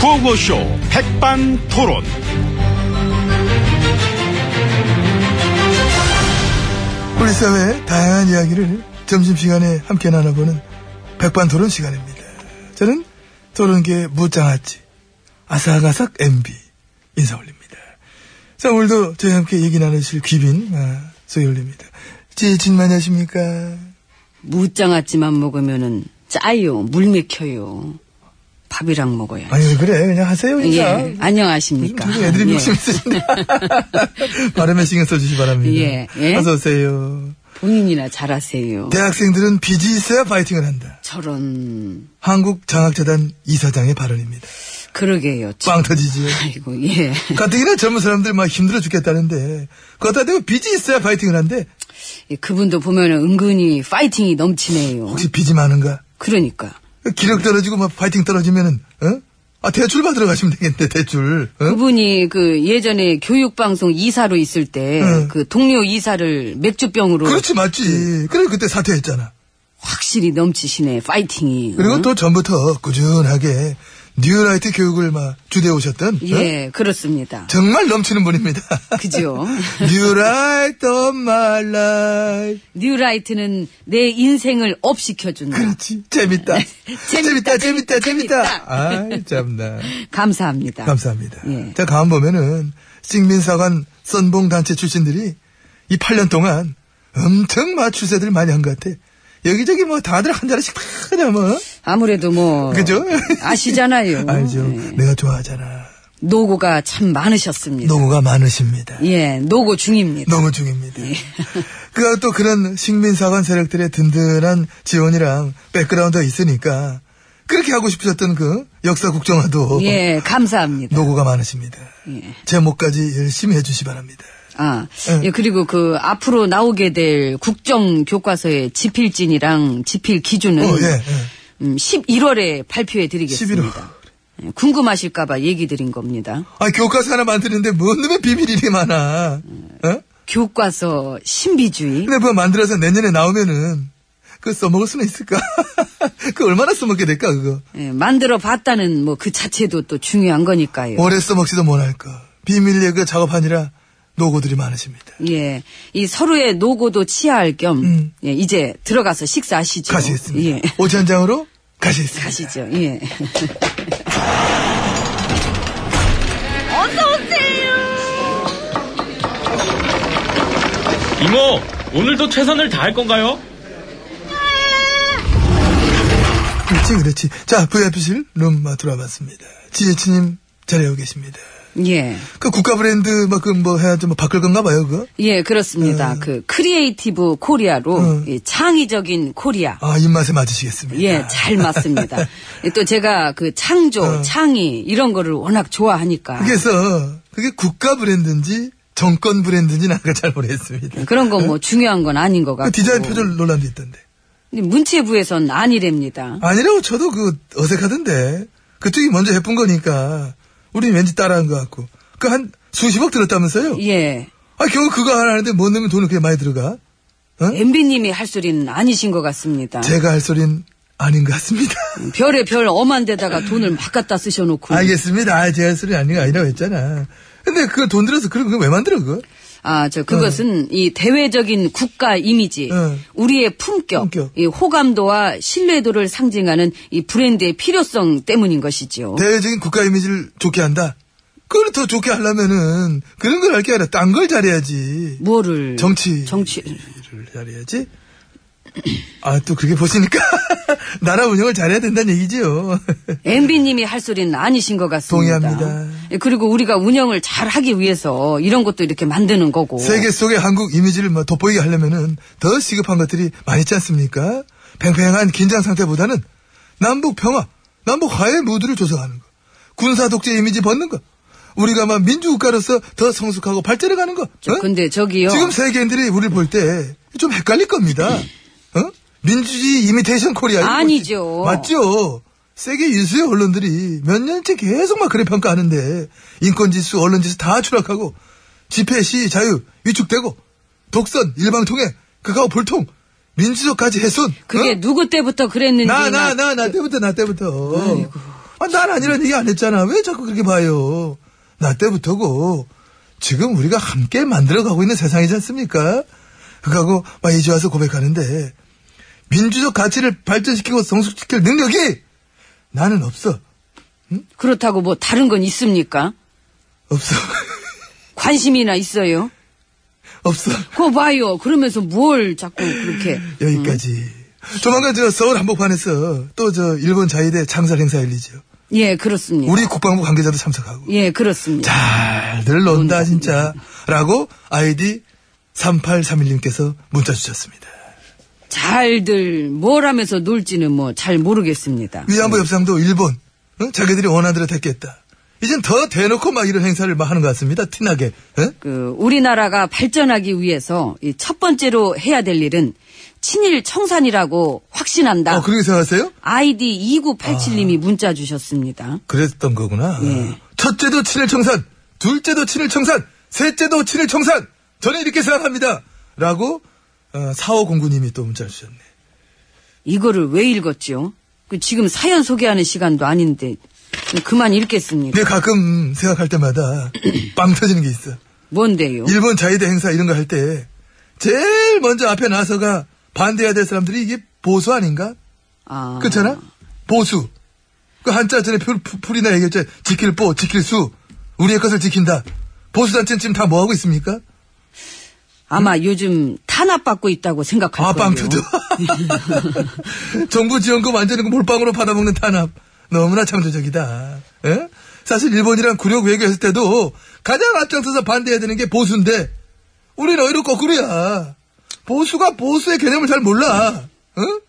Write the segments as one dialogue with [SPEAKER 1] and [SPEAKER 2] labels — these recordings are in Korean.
[SPEAKER 1] 구호쇼 백반토론.
[SPEAKER 2] 우리 사회의 다양한 이야기를 점심시간에 함께 나눠보는 백반토론 시간입니다. 저는 토론계 무장아찌 아삭아삭 MB 인사 올립니다. 자 오늘도 저희 와 함께 얘기 나누실 귀빈 아, 소개 올립니다. 지친 많이 하십니까?
[SPEAKER 3] 무장아찌만 먹으면은 짜요, 물맥혀요. 밥이랑 먹어야.
[SPEAKER 2] 아니 왜 그래 그냥 하세요 인사.
[SPEAKER 3] 예, 안녕하십니까.
[SPEAKER 2] 요즘 애들이
[SPEAKER 3] 예.
[SPEAKER 2] 욕심 있으신데 발음에 신경 써주시 바랍니다.
[SPEAKER 3] 예, 예.
[SPEAKER 2] 어서 오세요.
[SPEAKER 3] 본인이나 잘하세요.
[SPEAKER 2] 네. 대학생들은 빚이 있어야 파이팅을 한다.
[SPEAKER 3] 저런
[SPEAKER 2] 한국장학재단 이사장의 발언입니다.
[SPEAKER 3] 그러게요.
[SPEAKER 2] 빵 터지지요.
[SPEAKER 3] 아이고 예.
[SPEAKER 2] 가뜩이나 젊은 사람들 막 힘들어 죽겠다는데 그것다 대고 빚이 있어야 파이팅을 한대
[SPEAKER 3] 예, 그분도 보면은 은근히 파이팅이 넘치네요.
[SPEAKER 2] 혹시 빚이 많은가
[SPEAKER 3] 그러니까
[SPEAKER 2] 기력 떨어지고 막 파이팅 떨어지면은 어? 아 대출 받으러 가시면 되겠네 대출 어?
[SPEAKER 3] 그분이 그 예전에 교육방송 이사로 있을 때
[SPEAKER 2] 응.
[SPEAKER 3] 그 동료 이사를 맥주병으로
[SPEAKER 2] 네. 그렇지 맞지 그래 그때 사퇴했잖아
[SPEAKER 3] 확실히 넘치시네 파이팅이.
[SPEAKER 2] 그리고
[SPEAKER 3] 응?
[SPEAKER 2] 또 전부터 꾸준하게 뉴라이트 교육을 막 주대 오셨던 어?
[SPEAKER 3] 예 그렇습니다.
[SPEAKER 2] 정말 넘치는 분입니다
[SPEAKER 3] 그죠?
[SPEAKER 2] 뉴라이트 of my life
[SPEAKER 3] 뉴라이트는 내 인생을 업시켜준다.
[SPEAKER 2] 그렇지 재밌다
[SPEAKER 3] 재밌다,
[SPEAKER 2] 재밌다 재밌다 재밌다
[SPEAKER 3] 재밌다.
[SPEAKER 2] 아이 참나
[SPEAKER 3] 감사합니다.
[SPEAKER 2] 감사합니다.
[SPEAKER 3] 예.
[SPEAKER 2] 자, 가만 보면은, 식민사관 선봉단체 출신들이 이 8년 동안 엄청 맞추세들 많이 한 것 같아. 여기저기 뭐 다들 한 자리씩 다 그냥 뭐.
[SPEAKER 3] 아무래도 뭐
[SPEAKER 2] 그죠?
[SPEAKER 3] 아시잖아요.
[SPEAKER 2] 알죠.
[SPEAKER 3] 예.
[SPEAKER 2] 내가 좋아하잖아.
[SPEAKER 3] 노고가 참 많으셨습니다.
[SPEAKER 2] 노고가 많으십니다.
[SPEAKER 3] 예, 노고 중입니다.
[SPEAKER 2] 너무 중입니다. 그가 또 그런 식민사관 세력들의 든든한 지원이랑 백그라운드가 있으니까 그렇게 하고 싶으셨던 그 역사 국정화도
[SPEAKER 3] 예, 감사합니다.
[SPEAKER 2] 노고가 많으십니다.
[SPEAKER 3] 예.
[SPEAKER 2] 제목까지 열심히 해주시 바랍니다.
[SPEAKER 3] 아,
[SPEAKER 2] 예.
[SPEAKER 3] 예, 그리고 그 앞으로 나오게 될 국정 교과서의 지필진이랑 지필 기준은
[SPEAKER 2] 어, 예, 예.
[SPEAKER 3] 음, 11월에 발표해 드리겠습니다. 예, 궁금하실까봐 얘기 드린 겁니다.
[SPEAKER 2] 아, 교과서 하나 만드는데 뭔 놈의 비밀이 이리 많아. 어?
[SPEAKER 3] 교과서 신비주의.
[SPEAKER 2] 근데 그거 만들어서 내년에 나오면은, 그거 써먹을 수는 있을까? 그 얼마나 써먹게 될까, 그거?
[SPEAKER 3] 예, 만들어 봤다는 뭐 그 자체도 또 중요한 거니까요.
[SPEAKER 2] 오래 써먹지도 못할까. 비밀 예그 작업하느라 노고들이 많으십니다.
[SPEAKER 3] 예, 이 서로의 노고도 치하할 겸
[SPEAKER 2] 음.
[SPEAKER 3] 예, 이제 들어가서 식사하시죠.
[SPEAKER 2] 가시겠습니다.
[SPEAKER 3] 예.
[SPEAKER 2] 오지 한 장으로 가시겠습니다.
[SPEAKER 3] 가시죠. 예.
[SPEAKER 4] 이모, 오늘도 최선을 다할 건가요?
[SPEAKER 2] 그렇지, 그렇지. 자, VIP실 룸 아, 들어와봤습니다. 지혜치님 잘하고 계십니다.
[SPEAKER 3] 예.
[SPEAKER 2] 그 국가 브랜드 막 그 뭐 해야지 뭐 바꿀 건가 봐요, 그거?
[SPEAKER 3] 예, 그렇습니다. 그 크리에이티브 코리아로
[SPEAKER 2] 음.
[SPEAKER 3] 이 창의적인 코리아.
[SPEAKER 2] 아, 입맛에 맞으시겠습니다.
[SPEAKER 3] 예, 잘 맞습니다. 예, 또 제가 그 창조,
[SPEAKER 2] 어.
[SPEAKER 3] 창의 이런 거를 워낙 좋아하니까
[SPEAKER 2] 그래서 그게 국가 브랜드인지 정권 브랜드인지는 아까 잘 모르겠습니다.
[SPEAKER 3] 그런 건 뭐 중요한 건 아닌 것
[SPEAKER 2] 그
[SPEAKER 3] 같고.
[SPEAKER 2] 음. 디자인 표절 논란도 있던데.
[SPEAKER 3] 근데 문체부에선 아니랍니다.
[SPEAKER 2] 아니라고 쳐도 그 어색하던데. 그쪽이 먼저 예쁜 거니까 우리 왠지 따라한 것 같고. 그 한 수십억 들었다면서요?
[SPEAKER 3] 예.
[SPEAKER 2] 아 결국 그거 하나 하는데 못 내면 돈을 그렇게 많이 들어가?
[SPEAKER 3] MB님이 할 소리는 아니신 음. 것 같습니다.
[SPEAKER 2] 제가 할 소린 아닌 것 같습니다.
[SPEAKER 3] 별에 별 엄한 데다가 돈을 막 갖다 쓰셔놓고.
[SPEAKER 2] 알겠습니다. 아, 제가 할 소린 아닌 거 아니라고 했잖아. 근데 그 돈 들어서 그런 거 왜 만들어 그거?
[SPEAKER 3] 아, 저, 그것은 이 대외적인 국가 이미지,
[SPEAKER 2] 응.
[SPEAKER 3] 우리의 품격,
[SPEAKER 2] 품격.
[SPEAKER 3] 이 호감도와 신뢰도를 상징하는 이 브랜드의 필요성 때문인 것이지요.
[SPEAKER 2] 대외적인 국가 이미지를 좋게 한다? 그걸 더 좋게 하려면은 그런 걸 할 게 아니라 딴 걸 잘해야지.
[SPEAKER 3] 뭐를.
[SPEAKER 2] 정치.
[SPEAKER 3] 정치.
[SPEAKER 2] 를 잘해야지. 아, 또 그렇게 보시니까 나라 운영을 잘해야 된다는 얘기지요.
[SPEAKER 3] MB님이 할 소리는 아니신 것 같습니다.
[SPEAKER 2] 동의합니다.
[SPEAKER 3] 예, 그리고 우리가 운영을 잘 하기 위해서 이런 것도 이렇게 만드는 거고.
[SPEAKER 2] 세계 속의 한국 이미지를 뭐 돋보이게 하려면은 더 시급한 것들이 많이 있지 않습니까? 팽팽한 긴장 상태보다는 남북 평화, 남북 화해 무드를 조성하는 거. 군사 독재 이미지 벗는 거. 우리가 막 민주국가로서 더 성숙하고 발전해가는 거.
[SPEAKER 3] 저,
[SPEAKER 2] 어?
[SPEAKER 3] 근데 저기요.
[SPEAKER 2] 지금 세계인들이 우리를 볼 때 좀 헷갈릴 겁니다. 어? 민주주의 이미테이션 코리아. 이거
[SPEAKER 3] 아니죠.
[SPEAKER 2] 뭐지? 맞죠. 세계 유수의 언론들이 몇 년째 계속 막 그래 평가하는데 인권지수, 언론지수 다 추락하고 집회 시 자유 위축되고 독선, 일방통행, 그거 볼통, 민주적까지 훼손.
[SPEAKER 3] 그게
[SPEAKER 2] 어?
[SPEAKER 3] 누구 때부터 그랬는지.
[SPEAKER 2] 나, 나,
[SPEAKER 3] 막
[SPEAKER 2] 나, 나 때부터, 나 때부터. 아, 난 아니란 얘기 안 했잖아. 왜 자꾸 그렇게 봐요? 나 때부터고, 지금 우리가 함께 만들어가고 있는 세상이지 않습니까? 그거하고, 막 이제 와서 고백하는데, 민주적 가치를 발전시키고 성숙시킬 능력이 나는 없어.
[SPEAKER 3] 그렇다고 뭐 다른 건 있습니까?
[SPEAKER 2] 없어.
[SPEAKER 3] 관심이나 있어요?
[SPEAKER 2] 없어.
[SPEAKER 3] 그거 봐요. 그러면서 뭘 자꾸 그렇게.
[SPEAKER 2] 여기까지. 조만간 저 서울 한복판에서 또 저 일본 자위대 창설 행사 열리죠.
[SPEAKER 3] 예, 그렇습니다.
[SPEAKER 2] 우리 국방부 관계자도 참석하고.
[SPEAKER 3] 예, 그렇습니다.
[SPEAKER 2] 잘들 논다 진짜. 라고 아이디 3831님께서 문자 주셨습니다.
[SPEAKER 3] 잘들 뭘 하면서 놀지는 뭐 잘 모르겠습니다.
[SPEAKER 2] 위안부 협상도 일본 응? 자기들이 원하는 대로 됐겠다. 이젠 더 대놓고 막 이런 행사를 막 하는 것 같습니다. 티나게. 응?
[SPEAKER 3] 그 우리나라가 발전하기 위해서 이첫 번째로 해야 될 일은 친일 청산이라고 확신한다.
[SPEAKER 2] 어, 그렇게 생각하세요?
[SPEAKER 3] 아이디 2987님이 문자 주셨습니다.
[SPEAKER 2] 그랬던 거구나.
[SPEAKER 3] 예.
[SPEAKER 2] 첫째도 친일 청산, 둘째도 친일 청산, 셋째도 친일 청산. 저는 이렇게 생각합니다. 라고 어, 4509님이 또 문자 주셨네.
[SPEAKER 3] 이거를 왜 읽었죠? 그 지금 사연 소개하는 시간도 아닌데 그만 읽겠습니다.
[SPEAKER 2] 근데 가끔 생각할 때마다 빵 터지는 게 있어.
[SPEAKER 3] 뭔데요?
[SPEAKER 2] 일본 자위대 행사 이런 거 할 때 제일 먼저 앞에 나서가 반대해야 될 사람들이 이게 보수 아닌가?
[SPEAKER 3] 아,
[SPEAKER 2] 그렇잖아? 보수. 그 한자 전에 풀, 풀- 풀이나 얘기했죠. 지킬 보, 지킬 수. 우리의 것을 지킨다. 보수단체는 지금 다 뭐하고 있습니까?
[SPEAKER 3] 아마 요즘 탄압받고 있다고 생각할
[SPEAKER 2] 아,
[SPEAKER 3] 거예요.
[SPEAKER 2] 빵표도. 정부 지원금 완전히 그 몰빵으로 받아먹는 탄압. 너무나 창조적이다. 예? 사실 일본이랑 굴욕 외교했을 때도 가장 앞장서서 반대해야 되는 게 보수인데, 우리는 오히려 거꾸로야. 보수가 보수의 개념을 잘 몰라. 응?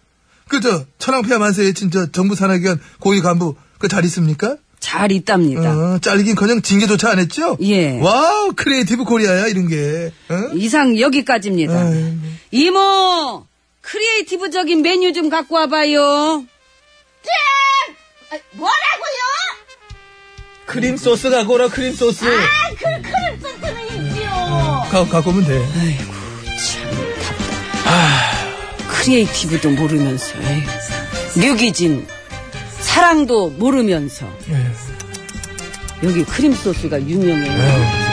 [SPEAKER 2] 그저, 천황폐하 만세에 진저 정부 산하기관 고위 간부, 그 잘 있습니까?
[SPEAKER 3] 잘 있답니다.
[SPEAKER 2] 어, 잘리긴 커녕 징계조차 안 했죠?
[SPEAKER 3] 예.
[SPEAKER 2] 와우, 크리에이티브 코리아야, 이런 게. 응?
[SPEAKER 3] 이상 여기까지입니다.
[SPEAKER 2] 아이고.
[SPEAKER 3] 음. 이모, 크리에이티브적인 메뉴 좀 갖고 와봐요.
[SPEAKER 5] 뭐라고요?
[SPEAKER 4] 크림 소스가 고라 크림 소스.
[SPEAKER 5] 아이, 그 크림 소스는 있지요.
[SPEAKER 2] 가, 갖고 오면 돼.
[SPEAKER 3] 크리에이티브도 모르면서, 에이. 류기진, 사랑도 모르면서.
[SPEAKER 2] 예.
[SPEAKER 3] 여기 크림 소스가 유명해요.
[SPEAKER 2] 아.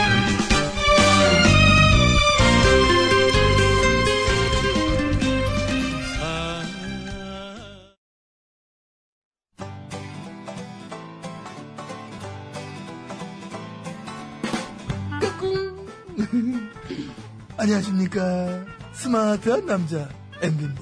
[SPEAKER 2] 안녕하십니까. 스마트한 남자, MB입니다.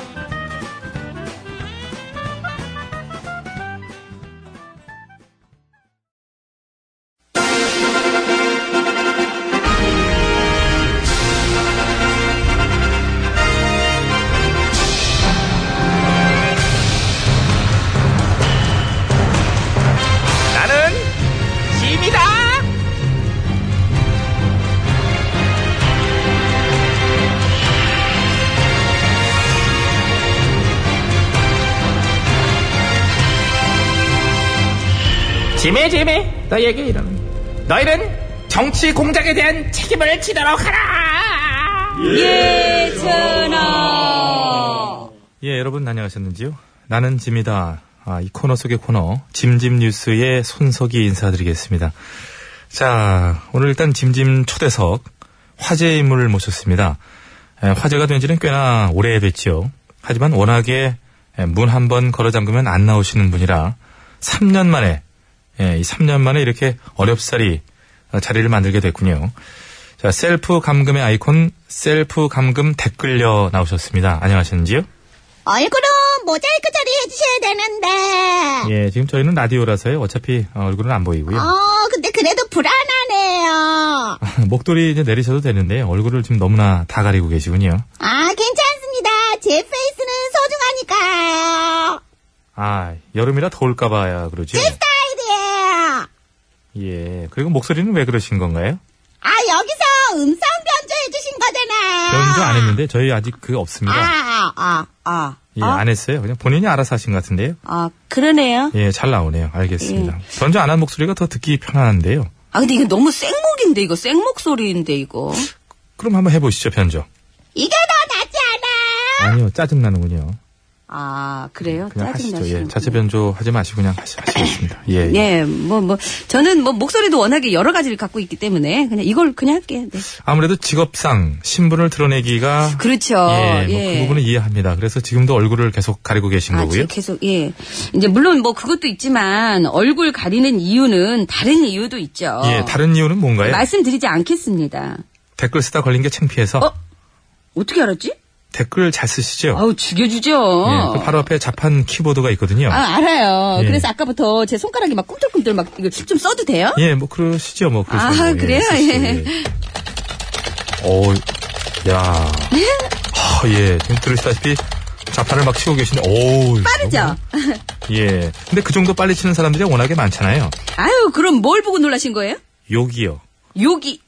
[SPEAKER 1] 나는 짐이다. 짐이 짐이 너희에게 이름. 너희는 정치 공작에 대한 책임을 지도록 하라.
[SPEAKER 3] 예, 전하!
[SPEAKER 6] 예, 여러분 안녕하셨는지요? 나는 짐이다. 아, 이 코너 속의 코너 짐짐 뉴스의 손석희 인사드리겠습니다. 자, 오늘 일단 짐짐 초대석 화제 인물을 모셨습니다. 에, 화제가 된 지는 꽤나 오래됐지요. 하지만 워낙에 문 한 번 걸어 잠그면 안 나오시는 분이라 3년 만에 예, 이 3년 만에 이렇게 어렵사리 어, 자리를 만들게 됐군요. 자, 셀프 감금의 아이콘 셀프 감금 댓글녀 나오셨습니다. 안녕하셨는지요?
[SPEAKER 5] 얼굴은 모자이크 처리 해주셔야 되는데.
[SPEAKER 6] 예, 지금 저희는 라디오라서요. 어차피 어, 얼굴은 안 보이고요.
[SPEAKER 5] 어, 근데 그래도 불안하네요.
[SPEAKER 6] 목도리 이제 내리셔도 되는데 얼굴을 지금 너무나 다 가리고 계시군요.
[SPEAKER 5] 아, 괜찮습니다. 제 페이스는 소중하니까요.
[SPEAKER 6] 아 여름이라 더울까봐야 그러죠.
[SPEAKER 5] 스타일이에요.
[SPEAKER 6] 예. 그리고 목소리는 왜 그러신 건가요?
[SPEAKER 5] 아, 여기서 음성 변조해주신 거잖아요.
[SPEAKER 6] 연주 안 했는데 저희 아직 그 없습니다.
[SPEAKER 5] 아, 아,
[SPEAKER 3] 아,
[SPEAKER 6] 예,
[SPEAKER 3] 아,
[SPEAKER 6] 안 했어요. 그냥 본인이 알아서 하신 것 같은데요.
[SPEAKER 3] 아, 그러네요.
[SPEAKER 6] 예, 잘 나오네요. 알겠습니다.
[SPEAKER 5] 예.
[SPEAKER 6] 전주 안 한 목소리가 더 듣기 편안한데요.
[SPEAKER 3] 아, 근데 이거 너무 생목인데, 이거 생목소리인데, 이거.
[SPEAKER 6] 그럼 한번 해보시죠, 변조.
[SPEAKER 5] 이게 더 낫지 않아요?
[SPEAKER 6] 아니요, 짜증나는군요.
[SPEAKER 3] 아, 그래요?
[SPEAKER 6] 그냥 하시죠. 예,
[SPEAKER 3] 짜증나시는
[SPEAKER 6] 자체 변조 하지 마시고 그냥 하시, 하시겠습니다. 예. 예.
[SPEAKER 3] 예, 뭐, 뭐, 저는 뭐, 목소리도 워낙에 여러 가지를 갖고 있기 때문에, 그냥 이걸 그냥 할게요. 네.
[SPEAKER 6] 아무래도 직업상 신분을 드러내기가
[SPEAKER 3] 그렇죠.
[SPEAKER 6] 예, 뭐그 부분은 이해합니다. 그래서 지금도 얼굴을 계속 가리고 계신
[SPEAKER 3] 아,
[SPEAKER 6] 거고요.
[SPEAKER 3] 지금 계속, 예. 이제, 물론 뭐, 그것도 있지만, 얼굴 가리는 이유는 다른 이유도 있죠.
[SPEAKER 6] 예, 다른 이유는 뭔가요?
[SPEAKER 3] 말씀드리지 않겠습니다.
[SPEAKER 6] 댓글 쓰다 걸린 게 창피해서
[SPEAKER 3] 어? 어떻게 알았지?
[SPEAKER 6] 댓글 잘 쓰시죠?
[SPEAKER 3] 아우, 죽여주죠.
[SPEAKER 6] 예, 그 바로 앞에 자판 키보드가 있거든요.
[SPEAKER 3] 어. 아, 알아요.
[SPEAKER 6] 예.
[SPEAKER 3] 그래서 아까부터 제 손가락이 막 꿈틀꿈틀 막, 이거 좀 써도 돼요?
[SPEAKER 6] 예, 뭐 그러시죠, 뭐. 그러시죠.
[SPEAKER 3] 아,
[SPEAKER 6] 뭐, 예,
[SPEAKER 3] 그래요?
[SPEAKER 6] 쓰시죠,
[SPEAKER 3] 예.
[SPEAKER 6] 오, 야.
[SPEAKER 3] 네?
[SPEAKER 6] 아, 예. 지금 들으시다시피 자판을 막 치고 계신데, 오.
[SPEAKER 3] 빠르죠?
[SPEAKER 6] 예. 근데 그 정도 빨리 치는 사람들이 워낙에 많잖아요.
[SPEAKER 3] 아유, 그럼 뭘 보고 놀라신 거예요?
[SPEAKER 6] 여기요.
[SPEAKER 3] 여기,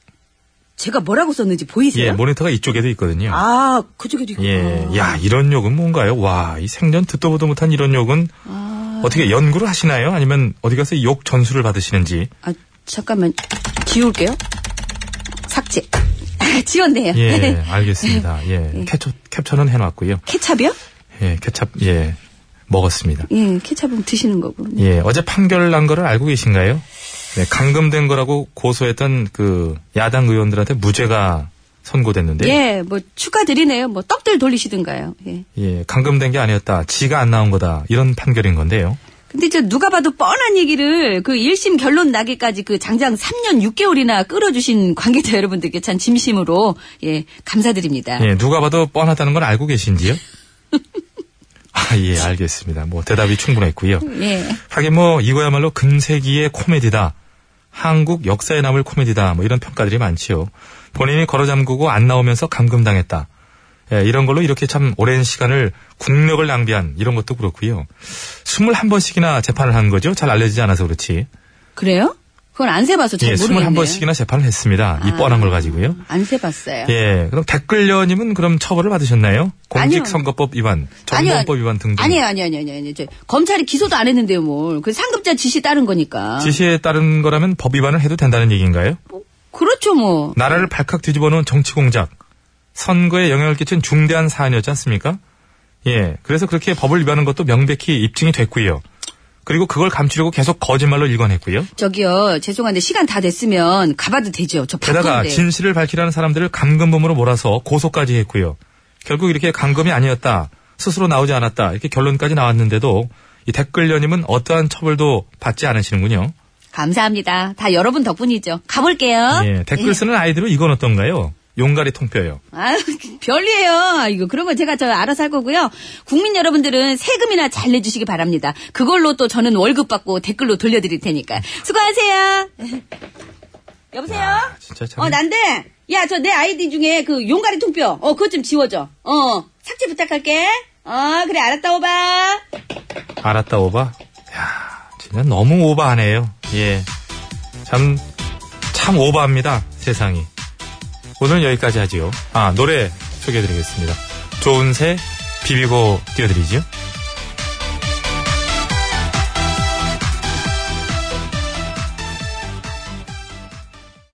[SPEAKER 3] 제가 뭐라고 썼는지 보이세요?
[SPEAKER 6] 예, 모니터가 이쪽에도 있거든요.
[SPEAKER 3] 아, 그쪽에도 있고.
[SPEAKER 6] 예, 야, 이런 욕은 뭔가요? 와, 이 생전 듣도 보도 못한 이런 욕은 어떻게 연구를 하시나요? 아니면 어디 가서 욕 전수를 받으시는지.
[SPEAKER 3] 아, 잠깐만, 지울게요. 삭제. 아, 지웠네요. 네.
[SPEAKER 6] 예, 알겠습니다. 예, 캡처, 캡처는 해놨고요.
[SPEAKER 3] 케찹이요?
[SPEAKER 6] 예, 케찹, 예, 먹었습니다.
[SPEAKER 3] 예, 케찹은 드시는 거고.
[SPEAKER 6] 예, 어제 판결 난 거를 알고 계신가요? 네, 감금된 거라고 고소했던 그 야당 의원들한테 무죄가 선고됐는데.
[SPEAKER 3] 예, 뭐, 축하드리네요. 뭐, 떡들 돌리시든가요. 예.
[SPEAKER 6] 예, 감금된 게 아니었다. 지가 안 나온 거다. 이런 판결인 건데요.
[SPEAKER 3] 근데 저 누가 봐도 뻔한 얘기를 그 1심 결론 나기까지 그 장장 3년 6개월이나 끌어주신 관계자 여러분들께 참 진심으로, 예, 감사드립니다.
[SPEAKER 6] 예, 누가 봐도 뻔하다는 걸 알고 계신지요? 아, 예, 알겠습니다. 뭐, 대답이 충분했고요.
[SPEAKER 3] 예.
[SPEAKER 6] 하긴 뭐, 이거야말로 금세기의 코미디다. 한국 역사에 남을 코미디다. 뭐, 이런 평가들이 많지요. 본인이 걸어 잠그고 안 나오면서 감금당했다. 예, 이런 걸로 이렇게 참 오랜 시간을, 국력을 낭비한 이런 것도 그렇고요. 21번씩이나 재판을 한 거죠? 잘 알려지지 않아서 그렇지.
[SPEAKER 3] 그래요? 그건 안 세봐서 잘
[SPEAKER 6] 예,
[SPEAKER 3] 모르겠네요.
[SPEAKER 6] 21번씩이나 재판을 했습니다. 이
[SPEAKER 3] 아.
[SPEAKER 6] 뻔한 걸 가지고요.
[SPEAKER 3] 안 세봤어요.
[SPEAKER 6] 예, 그럼 댓글녀님은 그럼 처벌을 받으셨나요? 공직선거법 위반, 정보법 위반 등등.
[SPEAKER 3] 아니요, 아니요, 아니요, 아니요. 아니요. 저, 검찰이 기소도 안 했는데요, 뭘. 그 상급자 지시 따른 거니까.
[SPEAKER 6] 지시에 따른 거라면 법 위반을 해도 된다는 얘기인가요?
[SPEAKER 3] 그렇죠, 뭐.
[SPEAKER 6] 나라를 발칵 뒤집어 놓은 정치 공작, 선거에 영향을 끼친 중대한 사안이었지 않습니까? 예, 그래서 그렇게 법을 위반한 것도 명백히 입증이 됐고요. 그리고 그걸 감추려고 계속 거짓말로 일관했고요.
[SPEAKER 3] 저기요, 죄송한데 시간 다 됐으면 가봐도 되죠. 저
[SPEAKER 6] 게다가
[SPEAKER 3] 바쁜데.
[SPEAKER 6] 진실을 밝히라는 사람들을 감금범으로 몰아서 고소까지 했고요. 결국 이렇게 감금이 아니었다. 스스로 나오지 않았다. 이렇게 결론까지 나왔는데도 이 댓글녀님은 어떠한 처벌도 받지 않으시는군요.
[SPEAKER 3] 감사합니다. 다 여러분 덕분이죠. 가볼게요.
[SPEAKER 6] 예, 댓글 쓰는 아이들은 이건 어떤가요? 용가리 통뼈요.
[SPEAKER 3] 아유, 별리에요. 이거 그런 건 제가 저 알아서 할 거고요. 국민 여러분들은 세금이나 잘 내주시기 바랍니다. 그걸로 또 저는 월급 받고 댓글로 돌려드릴 테니까. 수고하세요. 여보세요?
[SPEAKER 6] 야, 아, 진짜 참.
[SPEAKER 3] 어, 난데. 야, 저 내 아이디 중에 그 용가리 통뼈. 어, 그것 좀 지워줘. 어, 삭제 부탁할게. 어, 그래, 알았다, 오바.
[SPEAKER 6] 알았다 오바. 야, 진짜 너무 오바하네요. 예, 참 참 오바합니다 세상이. 오늘 여기까지 하지요. 아 노래 소개해드리겠습니다. 좋은 새 비비고 띄워드리죠.